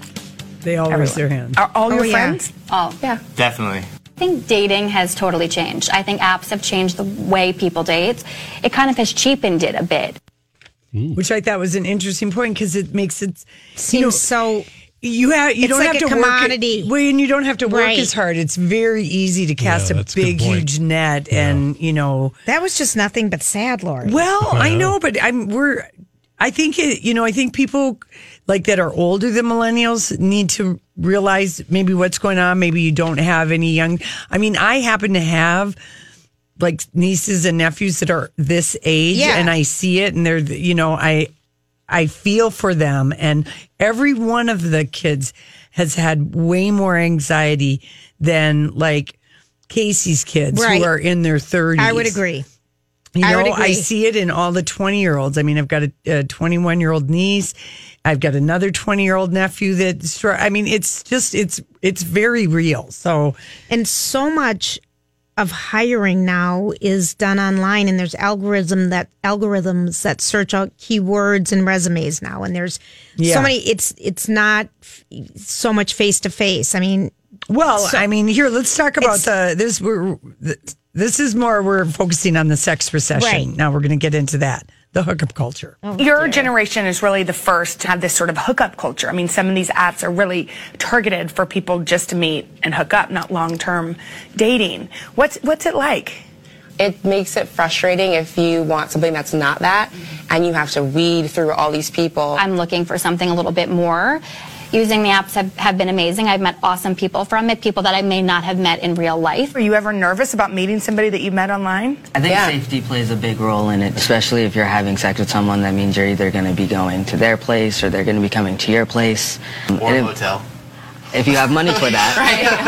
Speaker 3: They all raise their hand.
Speaker 17: Are all
Speaker 11: Oh,
Speaker 17: your
Speaker 11: yeah.
Speaker 17: friends?
Speaker 11: All. Yeah.
Speaker 14: Definitely.
Speaker 11: I think dating has totally changed. I think apps have changed the way people date. It kind of has cheapened it a bit.
Speaker 3: which I thought was an interesting point because it makes it
Speaker 2: seem so.
Speaker 3: You have you
Speaker 2: It's
Speaker 3: don't
Speaker 2: like
Speaker 3: have
Speaker 2: a
Speaker 3: to
Speaker 2: commodity.
Speaker 3: work. it- Well, and you don't have to work
Speaker 2: Right.
Speaker 3: as hard. It's very easy to cast a big, huge net, and you know
Speaker 2: that was just nothing but sad, Lori. (laughs)
Speaker 3: Well, I know, but I'm we're. I think it, you know. I think people like that are older than millennials need to realize maybe what's going on. Maybe you don't have any young. I mean, I happen to have like nieces and nephews that are this age,
Speaker 2: Yeah.
Speaker 3: and I see it, and they're you know I I feel for them, and every one of the kids has had way more anxiety than like Casey's kids
Speaker 2: Right.
Speaker 3: who are in their thirties.
Speaker 2: I would agree.
Speaker 3: You know,
Speaker 2: I
Speaker 3: I,
Speaker 2: would agree.
Speaker 3: see it in all the 20 year olds. I mean, I've got a 21 year old niece. I've got another 20 year old nephew that's, str- I mean, it's just, it's, it's very real. So,
Speaker 2: and so much of hiring now is done online and there's algorithm that algorithms that search out keywords and resumes now and there's so
Speaker 3: Yeah.
Speaker 2: many it's it's not f- so much face to face i mean
Speaker 3: Well,
Speaker 2: So-
Speaker 3: I mean, here let's talk about the this. We're th- this is more we're focusing on the sex recession.
Speaker 17: Right.
Speaker 3: Now we're going to get into that the hookup culture.
Speaker 17: Your generation is really the first to have this sort of hookup culture. I mean, some of these apps are really targeted for people just to meet and hook up, not long-term dating. What's what's it like?
Speaker 15: It makes it frustrating if you want something that's not that and you have to weed through all these people.
Speaker 11: I'm looking for something a little bit more. Using the apps have, have been amazing. I've met awesome people from it, people that I may not have met in real life.
Speaker 17: Were you ever nervous about meeting somebody that you met online?
Speaker 16: I think safety plays a big role in it, especially if you're having sex with someone. That means you're either going to be going to their place or they're going to be coming to your place. Or a hotel. If you have money for that.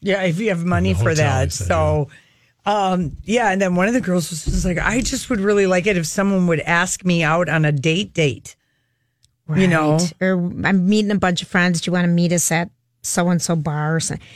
Speaker 3: Yeah, if you have money for that. So, um, yeah. And then one of the girls was just like, I just would really like it if someone would ask me out on a date date. You know,
Speaker 2: Right. or i'm meeting a bunch of friends do you want to meet us at so and so bar or something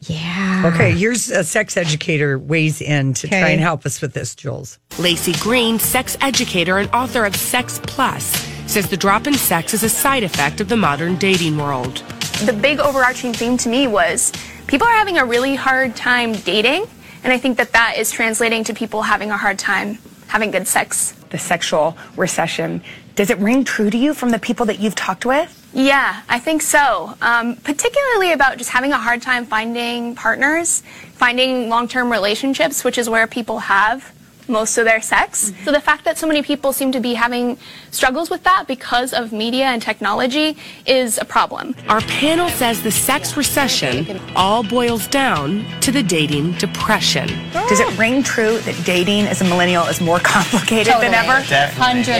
Speaker 2: yeah
Speaker 3: Okay, here's a sex educator weighs in to try
Speaker 12: Okay.
Speaker 3: and help us with this, Jules.
Speaker 12: Lacey Green, sex educator and author of Sex Plus, says the drop in sex is a side effect of the modern dating world.
Speaker 18: the big overarching theme to me was people are having a really hard time dating, and I think that that is translating to people having a hard time having good sex.
Speaker 17: The (laughs) sexual recession. Does it ring true to you from the people that you've talked with?
Speaker 18: Yeah, I think so. Um, particularly about just having a hard time finding partners, finding long term relationships, which is where people have most of their sex. So the fact that so many people seem to be having struggles with that because of media and technology is a problem.
Speaker 12: Our panel says the sex recession all boils down to the dating depression.
Speaker 17: Does it ring true that dating as a millennial is more complicated than
Speaker 11: Totally.
Speaker 17: ever?
Speaker 11: Definitely. 100%.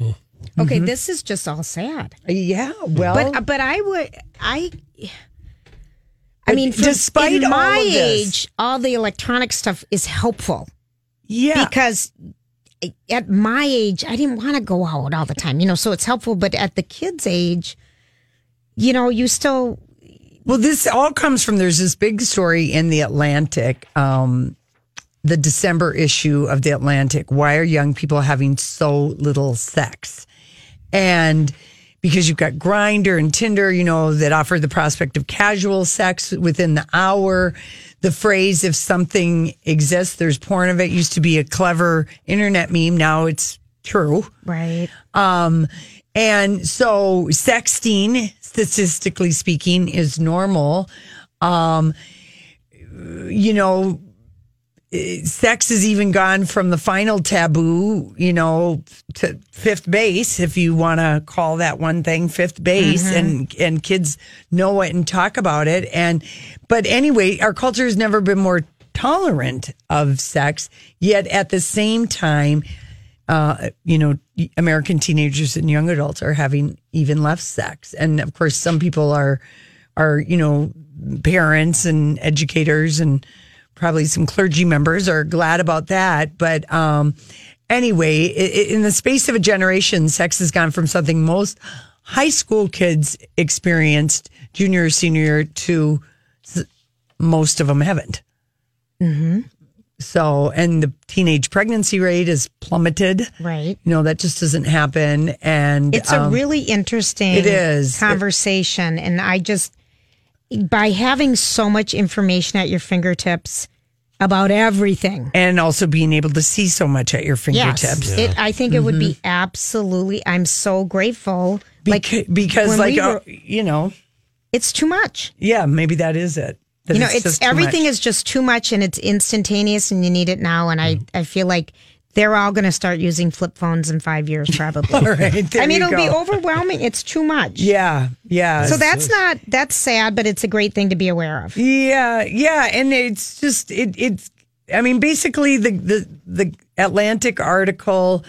Speaker 11: Yeah.
Speaker 2: okay this is just all sad
Speaker 3: yeah well
Speaker 2: but Mm-hmm. Uh, but i would i I mean, for,
Speaker 3: Despite
Speaker 2: in
Speaker 3: all
Speaker 2: my
Speaker 3: of this-
Speaker 2: age, all the electronic stuff is helpful.
Speaker 3: Yeah,
Speaker 2: because at my age, I didn't want to go out all the time, you know. So it's helpful, but at the kids' age, you know, you still
Speaker 3: Well, this all comes from there's this big story in the Atlantic, um, the December issue of the Atlantic. Why are young people having so little sex? And because you've got Grinder and Tinder, you know, that offer the prospect of casual sex within the hour. The phrase, if something exists, there's porn of it, used to be a clever internet meme. Now it's true.
Speaker 2: Right.
Speaker 3: Um, and so sexting, statistically speaking, is normal. Um, you know, eh, sex has even gone from the final taboo, you know, to fifth base, if you want to call that one thing fifth base,
Speaker 19: Mhm.
Speaker 3: and and kids know it and talk about it. And but anyway, our culture has never been more tolerant of sex. Yet at the same time, uh, you know, American teenagers and young adults are having even less sex, and of course, some people are are you know parents and educators and probably some clergy members are glad about that. But um, anyway, i- i- in the space of a generation, sex has gone from something most high school kids experienced junior or senior year to s- most of them haven't.
Speaker 2: Mm-hmm.
Speaker 3: So, and the teenage pregnancy rate is plummeted.
Speaker 2: Right.
Speaker 3: You know, that just doesn't happen. And
Speaker 2: It's a
Speaker 3: um,
Speaker 2: really interesting
Speaker 3: it is.
Speaker 2: conversation. and I just, by having so much information at your fingertips about everything,
Speaker 3: and also being able to see so much at your fingertips. Mm-hmm.
Speaker 2: Yes, it, I think it would be absolutely, I'm so grateful.
Speaker 3: Beca- because
Speaker 2: when
Speaker 3: like
Speaker 2: we
Speaker 3: uh,
Speaker 2: were-
Speaker 3: you know,
Speaker 2: it's too much.
Speaker 3: Yeah, maybe that is it. That
Speaker 2: you know, it's,
Speaker 3: just too
Speaker 2: everything
Speaker 3: much.
Speaker 2: is just too much and it's instantaneous and you need it now. And
Speaker 3: Mm-hmm.
Speaker 2: I, I feel like they're all going to start using flip phones in five
Speaker 3: (laughs)
Speaker 2: years, probably.
Speaker 3: All right, there
Speaker 2: I mean,
Speaker 3: you
Speaker 2: it'll be
Speaker 3: go.
Speaker 2: overwhelming. It's too
Speaker 3: (laughs)
Speaker 2: much.
Speaker 3: Yeah, yeah.
Speaker 2: So that's not, that's sad, but it's a great thing to be aware of.
Speaker 3: Yeah, yeah, and it's just it. It's I mean, basically the the the Atlantic article.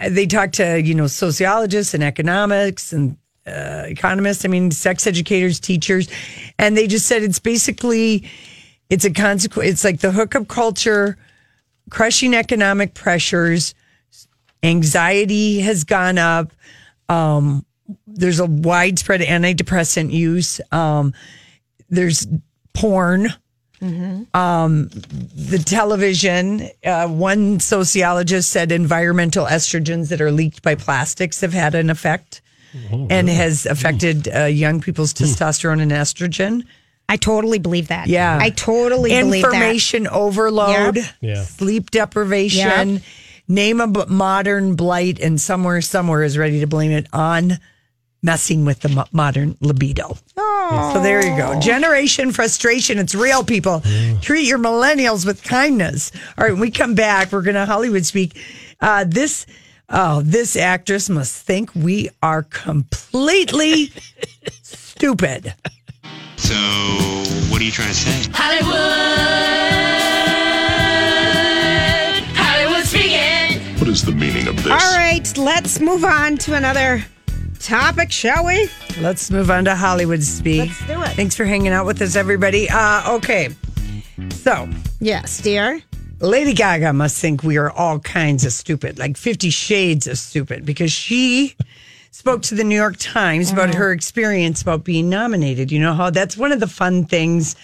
Speaker 3: uh, They talk to you know sociologists and economics and uh, economists. I mean, sex educators, teachers, and they just said it's basically it's a consequence. It's like the hookup culture, crushing economic pressures, anxiety has gone up. Um, there's a widespread antidepressant use. Um, there's porn um, the television. Uh, one sociologist said environmental estrogens that are leaked by plastics have had an effect and has affected uh, young people's testosterone and estrogen.
Speaker 2: I totally believe that.
Speaker 3: Yeah.
Speaker 2: I totally believe that.
Speaker 3: Information overload,
Speaker 2: Yep.
Speaker 1: Yeah.
Speaker 3: sleep deprivation.
Speaker 2: Yep.
Speaker 3: Name a b- modern blight, and somewhere, somewhere is ready to blame it on messing with the mo- modern libido. So there you go. Generation frustration. It's real, people. Treat your millennials with kindness. All right, when we come back, we're going to Hollywood speak. Uh, this. Oh, this actress must think we
Speaker 2: (laughs)
Speaker 3: are completely stupid.
Speaker 20: So, what are you trying to say?
Speaker 8: Hollywood, Hollywood speaking.
Speaker 20: What is the meaning of
Speaker 2: All right, let's move on to another topic, shall we?
Speaker 3: Let's move on to Hollywood speak.
Speaker 2: Let's do it.
Speaker 3: Thanks for hanging out with us, everybody. Uh, okay, so
Speaker 2: Yes, dear.
Speaker 3: Lady Gaga must think we are all kinds of stupid, like Fifty Shades of Stupid, because she spoke to the New York Times about
Speaker 2: Mm-hmm.
Speaker 3: her experience about being nominated. You know how that's one of the fun things,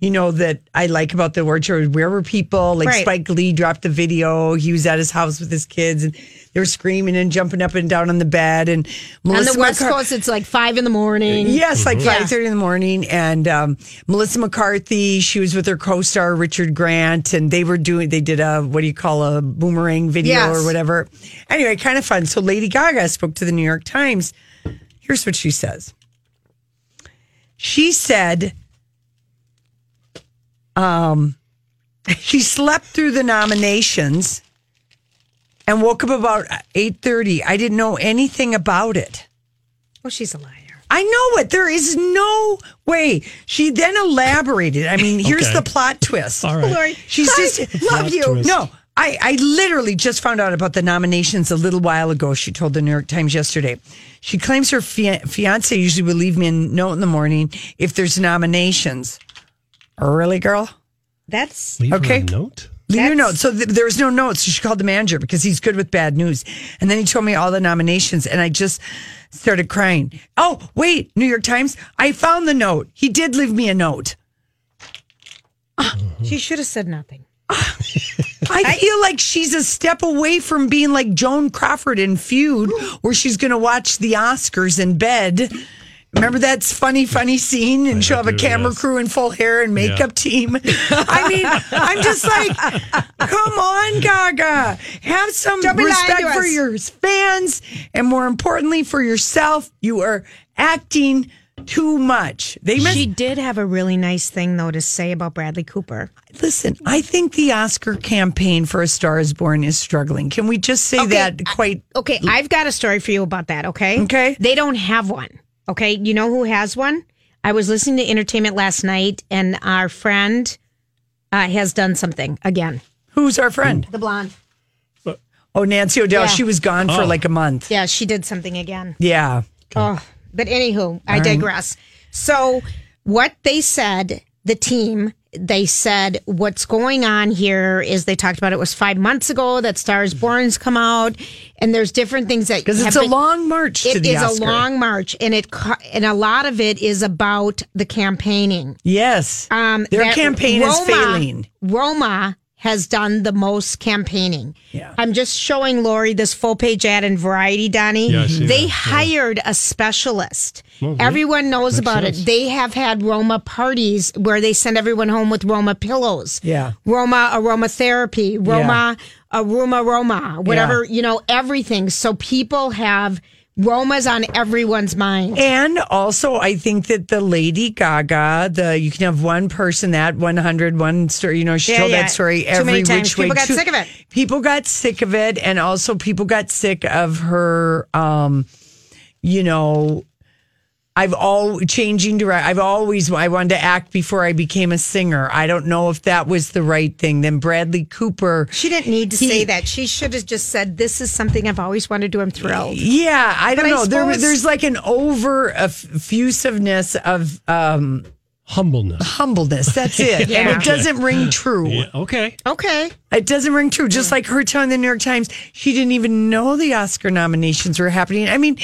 Speaker 3: you know, that I like about the award show. Where were people? Like
Speaker 2: Right.
Speaker 3: Spike Lee dropped the video. He was at his house with his kids and they were screaming and jumping up and down on the bed. And Melissa
Speaker 2: On the West
Speaker 3: McCar-
Speaker 2: Coast, it's like five in the morning. Mm-hmm.
Speaker 3: Yes, like
Speaker 2: Yeah.
Speaker 3: five thirty in the morning. And um, Melissa McCarthy, she was with her co-star Richard Grant, and they were doing they did a what do you call a boomerang video
Speaker 2: Yes.
Speaker 3: or whatever. Anyway, kind of fun. So Lady Gaga spoke to the New York Times. Here's what she says. She said, um, (laughs) she slept through the nominations and woke up about 8.30 i didn't know anything about it
Speaker 2: Oh, she's a liar.
Speaker 3: I know it. There is no way. She then elaborated. I mean, here's
Speaker 1: Okay.
Speaker 3: the plot twist.
Speaker 1: All right. Lori,
Speaker 3: She's
Speaker 1: I
Speaker 3: just
Speaker 1: love Plot you. twist.
Speaker 3: No. I, I literally just found out about the nominations a little while ago. She told the New York Times yesterday. She claims her fia- fiance usually will leave me a note in the morning if there's nominations. Really, girl?
Speaker 2: That's
Speaker 1: Leave her a
Speaker 3: okay.
Speaker 1: note?
Speaker 3: Leave your note. So th- there was no notes. So she called the manager because he's good with bad news. And then he told me all the nominations, and I just started crying. Oh, wait, New York Times, I found the note. He did leave me a note.
Speaker 2: She should have said nothing.
Speaker 3: I feel like she's a step away from being like Joan Crawford in Feud, where she's going to watch the Oscars in bed. Remember that's funny, funny scene, and she'll have a
Speaker 1: do,
Speaker 3: camera
Speaker 1: yes.
Speaker 3: crew and full hair and makeup team. I mean, I'm just like, come on, Gaga, have some
Speaker 2: Don't be lying
Speaker 3: respect
Speaker 2: to
Speaker 3: for
Speaker 2: us.
Speaker 3: your fans, and more importantly, for yourself. You are acting too much. They must
Speaker 2: She did have a really nice thing, though, to say about Bradley Cooper.
Speaker 3: Listen, I think the Oscar campaign for A Star Is Born is struggling. Can we just say that quite?
Speaker 2: Okay, I've got a story for you about that, okay?
Speaker 3: Okay.
Speaker 2: They don't have one, okay? You know who has one? I was listening to entertainment last night, and our friend uh, has done something again.
Speaker 3: Who's our friend?
Speaker 2: The blonde.
Speaker 3: Oh, Nancy O'Dell.
Speaker 2: Yeah.
Speaker 3: She was gone for
Speaker 2: Oh.
Speaker 3: like a month.
Speaker 2: Yeah, she did something again.
Speaker 3: Yeah.
Speaker 2: Oh, but anywho, I digress. So, what they said, the team they said what's going on here is they talked about it was five months ago that Stars Born's come out, and there's different things that
Speaker 3: Mm-hmm. 'Cause
Speaker 2: have
Speaker 3: it's a
Speaker 2: been-
Speaker 3: long march to
Speaker 2: It
Speaker 3: the
Speaker 2: is
Speaker 3: Oscar.
Speaker 2: a long march, and it co- and a lot of it is about the campaigning.
Speaker 3: Yes.
Speaker 2: Um,
Speaker 3: Their
Speaker 2: that
Speaker 3: campaign is
Speaker 2: Roma-
Speaker 3: failing.
Speaker 2: Roma has done the most campaigning. Yeah. I'm just showing Lori this full page ad in Variety, Donnie.
Speaker 1: Yeah, I
Speaker 2: they
Speaker 1: see that. Yeah.
Speaker 2: hired a specialist.
Speaker 1: Well, that
Speaker 2: everyone knows
Speaker 1: makes
Speaker 2: about
Speaker 1: sense.
Speaker 2: it. They have had Roma parties where they send everyone home with Roma pillows.
Speaker 3: Yeah.
Speaker 2: Roma aromatherapy, Roma aroma Roma, whatever,
Speaker 3: Yeah.
Speaker 2: you know, everything. So people have Roma's on everyone's mind.
Speaker 3: And also, I think that the Lady Gaga, the you can have one person that 100, one story. You know, she
Speaker 2: Yeah,
Speaker 3: told
Speaker 2: yeah.
Speaker 3: that story
Speaker 2: Too
Speaker 3: every
Speaker 2: many times.
Speaker 3: which way.
Speaker 2: People got
Speaker 3: Too-
Speaker 2: sick of it.
Speaker 3: People got sick of it, and also people got sick of her. um You know, I've all changing direct. I've always I wanted to act before I became a singer. I don't know if that was the right thing. Then Bradley Cooper.
Speaker 2: She didn't need to
Speaker 3: He-
Speaker 2: say that. She should have just said, "This is something I've always wanted to. I'm thrilled."
Speaker 3: Yeah, I don't
Speaker 2: But I
Speaker 3: know. there,
Speaker 2: suppose-
Speaker 3: there's like an over effusiveness of um,
Speaker 1: humbleness.
Speaker 3: Humbleness.
Speaker 1: (laughs)
Speaker 3: That's it.
Speaker 1: Yeah.
Speaker 3: And it
Speaker 1: Okay.
Speaker 3: doesn't ring true.
Speaker 1: Yeah, okay.
Speaker 2: Okay.
Speaker 3: It doesn't ring true. Just like her telling the New York Times, she didn't even know the Oscar nominations were happening. I mean,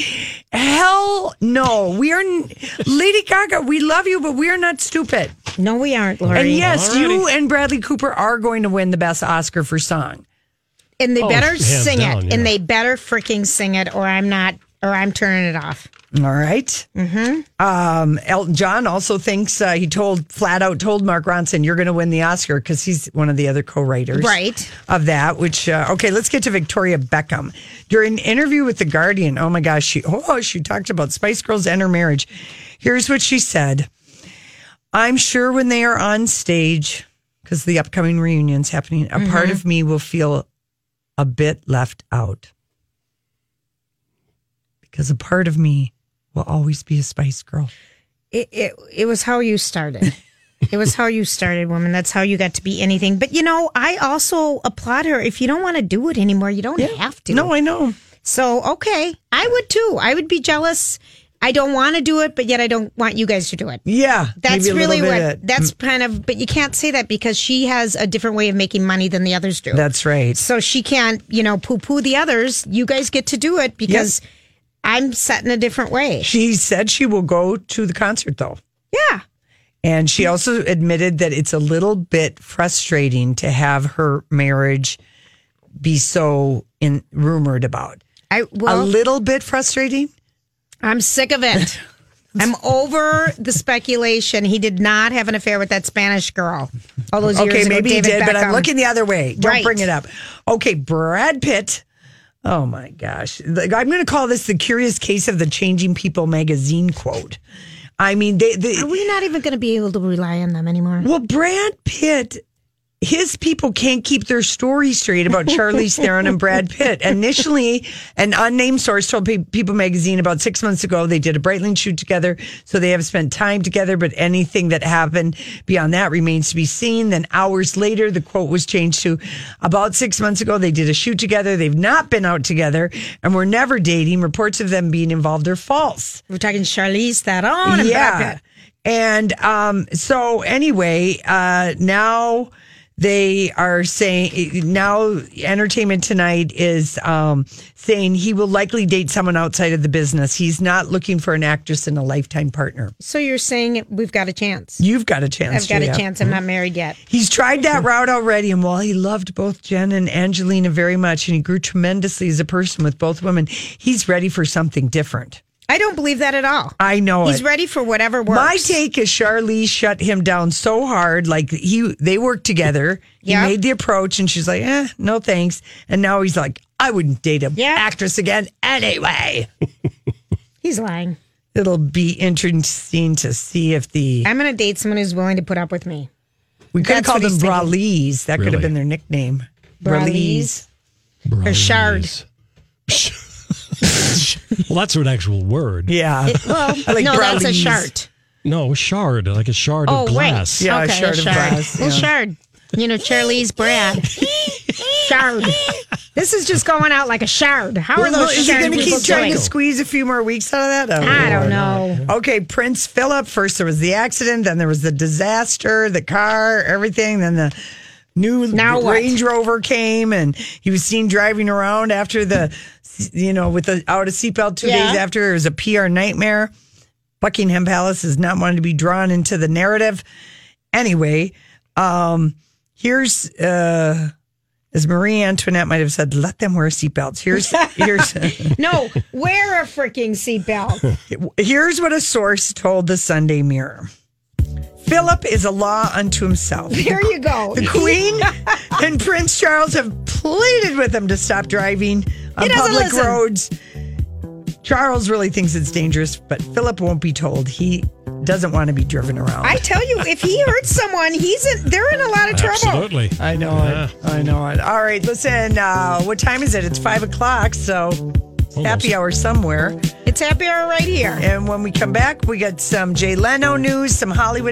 Speaker 3: hell no. We are n- Lady Gaga. We love you, but we are not stupid.
Speaker 2: No, we aren't, Lori.
Speaker 3: And yes, you and Bradley Cooper are going to win the best Oscar for song.
Speaker 2: and they
Speaker 3: Oh,
Speaker 2: better
Speaker 3: hands
Speaker 2: sing
Speaker 3: down,
Speaker 2: it,
Speaker 3: yeah.
Speaker 2: and they better freaking sing it, or I'm not, or I'm turning it off.
Speaker 3: All right. Mm-hmm. Um, Elton John also thinks uh, he told flat out told Mark Ronson, "You're going to win the Oscar" because he's one of the other co-writers,
Speaker 2: Right.
Speaker 3: Of that. Which uh, okay, let's get to Victoria Beckham during an interview with the Guardian. Oh my gosh, she oh she talked about Spice Girls and her marriage. Here's what she said: I'm sure when they are on stage, because the upcoming reunion's happening, a part
Speaker 2: Mhm.
Speaker 3: of me will feel a bit left out because a part of me will always be a Spice Girl.
Speaker 2: It it, it was how you (laughs) started. it was how you started, woman. That's how you got to be anything. But you know, I also applaud her. If you don't want to do it anymore, you don't have to.
Speaker 3: No, I know.
Speaker 2: So okay, I would too. I would be jealous. I don't want to do it, but yet I don't want you guys to do it.
Speaker 3: Yeah,
Speaker 2: That's
Speaker 3: maybe a little
Speaker 2: really
Speaker 3: bit
Speaker 2: what.
Speaker 3: of Mm. it.
Speaker 2: That's kind of. But you can't say that because she has a different way of making money than the others do.
Speaker 3: That's right.
Speaker 2: So she can't, you know, poo poo the others. You guys get to do it because I'm set in a different way.
Speaker 3: She said she will go to the concert though.
Speaker 2: Yeah.
Speaker 3: And she also admitted that it's a little bit frustrating to have her marriage be so in rumored about.
Speaker 2: I well,
Speaker 3: a little bit frustrating.
Speaker 2: I'm sick of
Speaker 3: (laughs)
Speaker 2: it. I'm over the speculation. He did not have an affair with that Spanish girl all those years
Speaker 3: okay,
Speaker 2: ago.
Speaker 3: maybe
Speaker 2: David
Speaker 3: he did, but I'm
Speaker 2: Beckham.
Speaker 3: looking the other way. Don't
Speaker 2: Right.
Speaker 3: bring it up. Okay, Brad Pitt. Oh my gosh. Like, I'm going to call this the curious case of the changing people magazine quote. I mean, they, they
Speaker 2: Are we not even going to be able to rely on them anymore?
Speaker 3: Well, Brad Pitt, his people can't keep their story straight about Charlize Theron and Brad Pitt. Initially, an unnamed source told Pe- People magazine about six months ago they did a Brightling shoot together, so they have spent time together, but anything that happened beyond that remains to be seen. Then hours later, the quote was changed to about six months ago they did a shoot together, they've not been out together, and were never dating. Reports of them being involved are false.
Speaker 2: We're talking Charlize Theron and Brad Pitt.
Speaker 3: And um, so anyway, uh, now they are saying now Entertainment Tonight is um, saying he will likely date someone outside of the business. He's not looking for an actress and a lifetime partner.
Speaker 2: So you're saying we've got a chance.
Speaker 3: You've got a chance.
Speaker 2: I've got
Speaker 3: Julia.
Speaker 2: a chance. I'm not married yet.
Speaker 3: He's tried that route already, and while he loved both Jen and Angelina very much, and he grew tremendously as a person with both women, he's ready for something different.
Speaker 2: I don't believe that at all.
Speaker 3: I know
Speaker 2: He's
Speaker 3: it.
Speaker 2: ready for whatever works.
Speaker 3: My take is Charlize shut him down so hard. Like he, they worked together. He
Speaker 2: Yeah.
Speaker 3: made the approach, and she's like, "Eh, no thanks." And now he's like, "I wouldn't date a actress again anyway."
Speaker 2: He's lying.
Speaker 3: It'll be interesting to see if the
Speaker 2: I'm going to date someone who's willing to put up with me.
Speaker 3: we could have
Speaker 2: That's what
Speaker 3: called them
Speaker 2: he's thinking.
Speaker 3: Bralees. That could have
Speaker 2: Really?
Speaker 3: been their nickname.
Speaker 2: Bralees. Or shard.
Speaker 1: (laughs) Well, that's an actual word.
Speaker 3: Yeah.
Speaker 2: It-
Speaker 3: (laughs)
Speaker 2: well, I like no, that's a brownies. shard.
Speaker 1: No, shard, like a shard
Speaker 2: Oh,
Speaker 1: of glass.
Speaker 2: wait. okay, (laughs) a shard. Well, shard. You know, Charlie's Brad. shard. This is just going out like a shard. How are
Speaker 3: Well,
Speaker 2: those
Speaker 3: Is he
Speaker 2: shard
Speaker 3: going to
Speaker 2: people
Speaker 3: keep trying to
Speaker 2: doing?
Speaker 3: squeeze a few more weeks out of that?
Speaker 2: I don't know.
Speaker 3: Okay, Prince Philip. First there was the accident, then there was the disaster, the car, everything, then the new
Speaker 2: what?
Speaker 3: Range Rover came, and he was seen driving around after the, you know, with the out of seatbelt two
Speaker 2: Yeah.
Speaker 3: days after. It was a PR nightmare. Buckingham Palace is not wanting to be drawn into the narrative. Anyway, um, here's. uh as Marie Antoinette might have said, let them wear seatbelts. Here's
Speaker 2: (laughs)
Speaker 3: here's
Speaker 2: No, wear a freaking seatbelt.
Speaker 3: (laughs) Here's what a source told the Sunday Mirror. Philip is a law
Speaker 2: (laughs)
Speaker 3: unto himself.
Speaker 2: There you go. (laughs)
Speaker 3: The Queen and Prince Charles have pleaded with him to stop driving on
Speaker 2: He doesn't
Speaker 3: public
Speaker 2: listen.
Speaker 3: roads. Charles really thinks it's dangerous, but Philip won't be told. He doesn't want to be driven around.
Speaker 2: I tell you, if he hurts someone, he's in, they're in a lot of trouble. Uh,
Speaker 3: I know it. I know it. All right, listen, uh, what time is it? It's five o'clock, so happy hour somewhere.
Speaker 2: It's happy hour right here.
Speaker 3: And when we come back, we got some Jay Leno news, some Hollywood.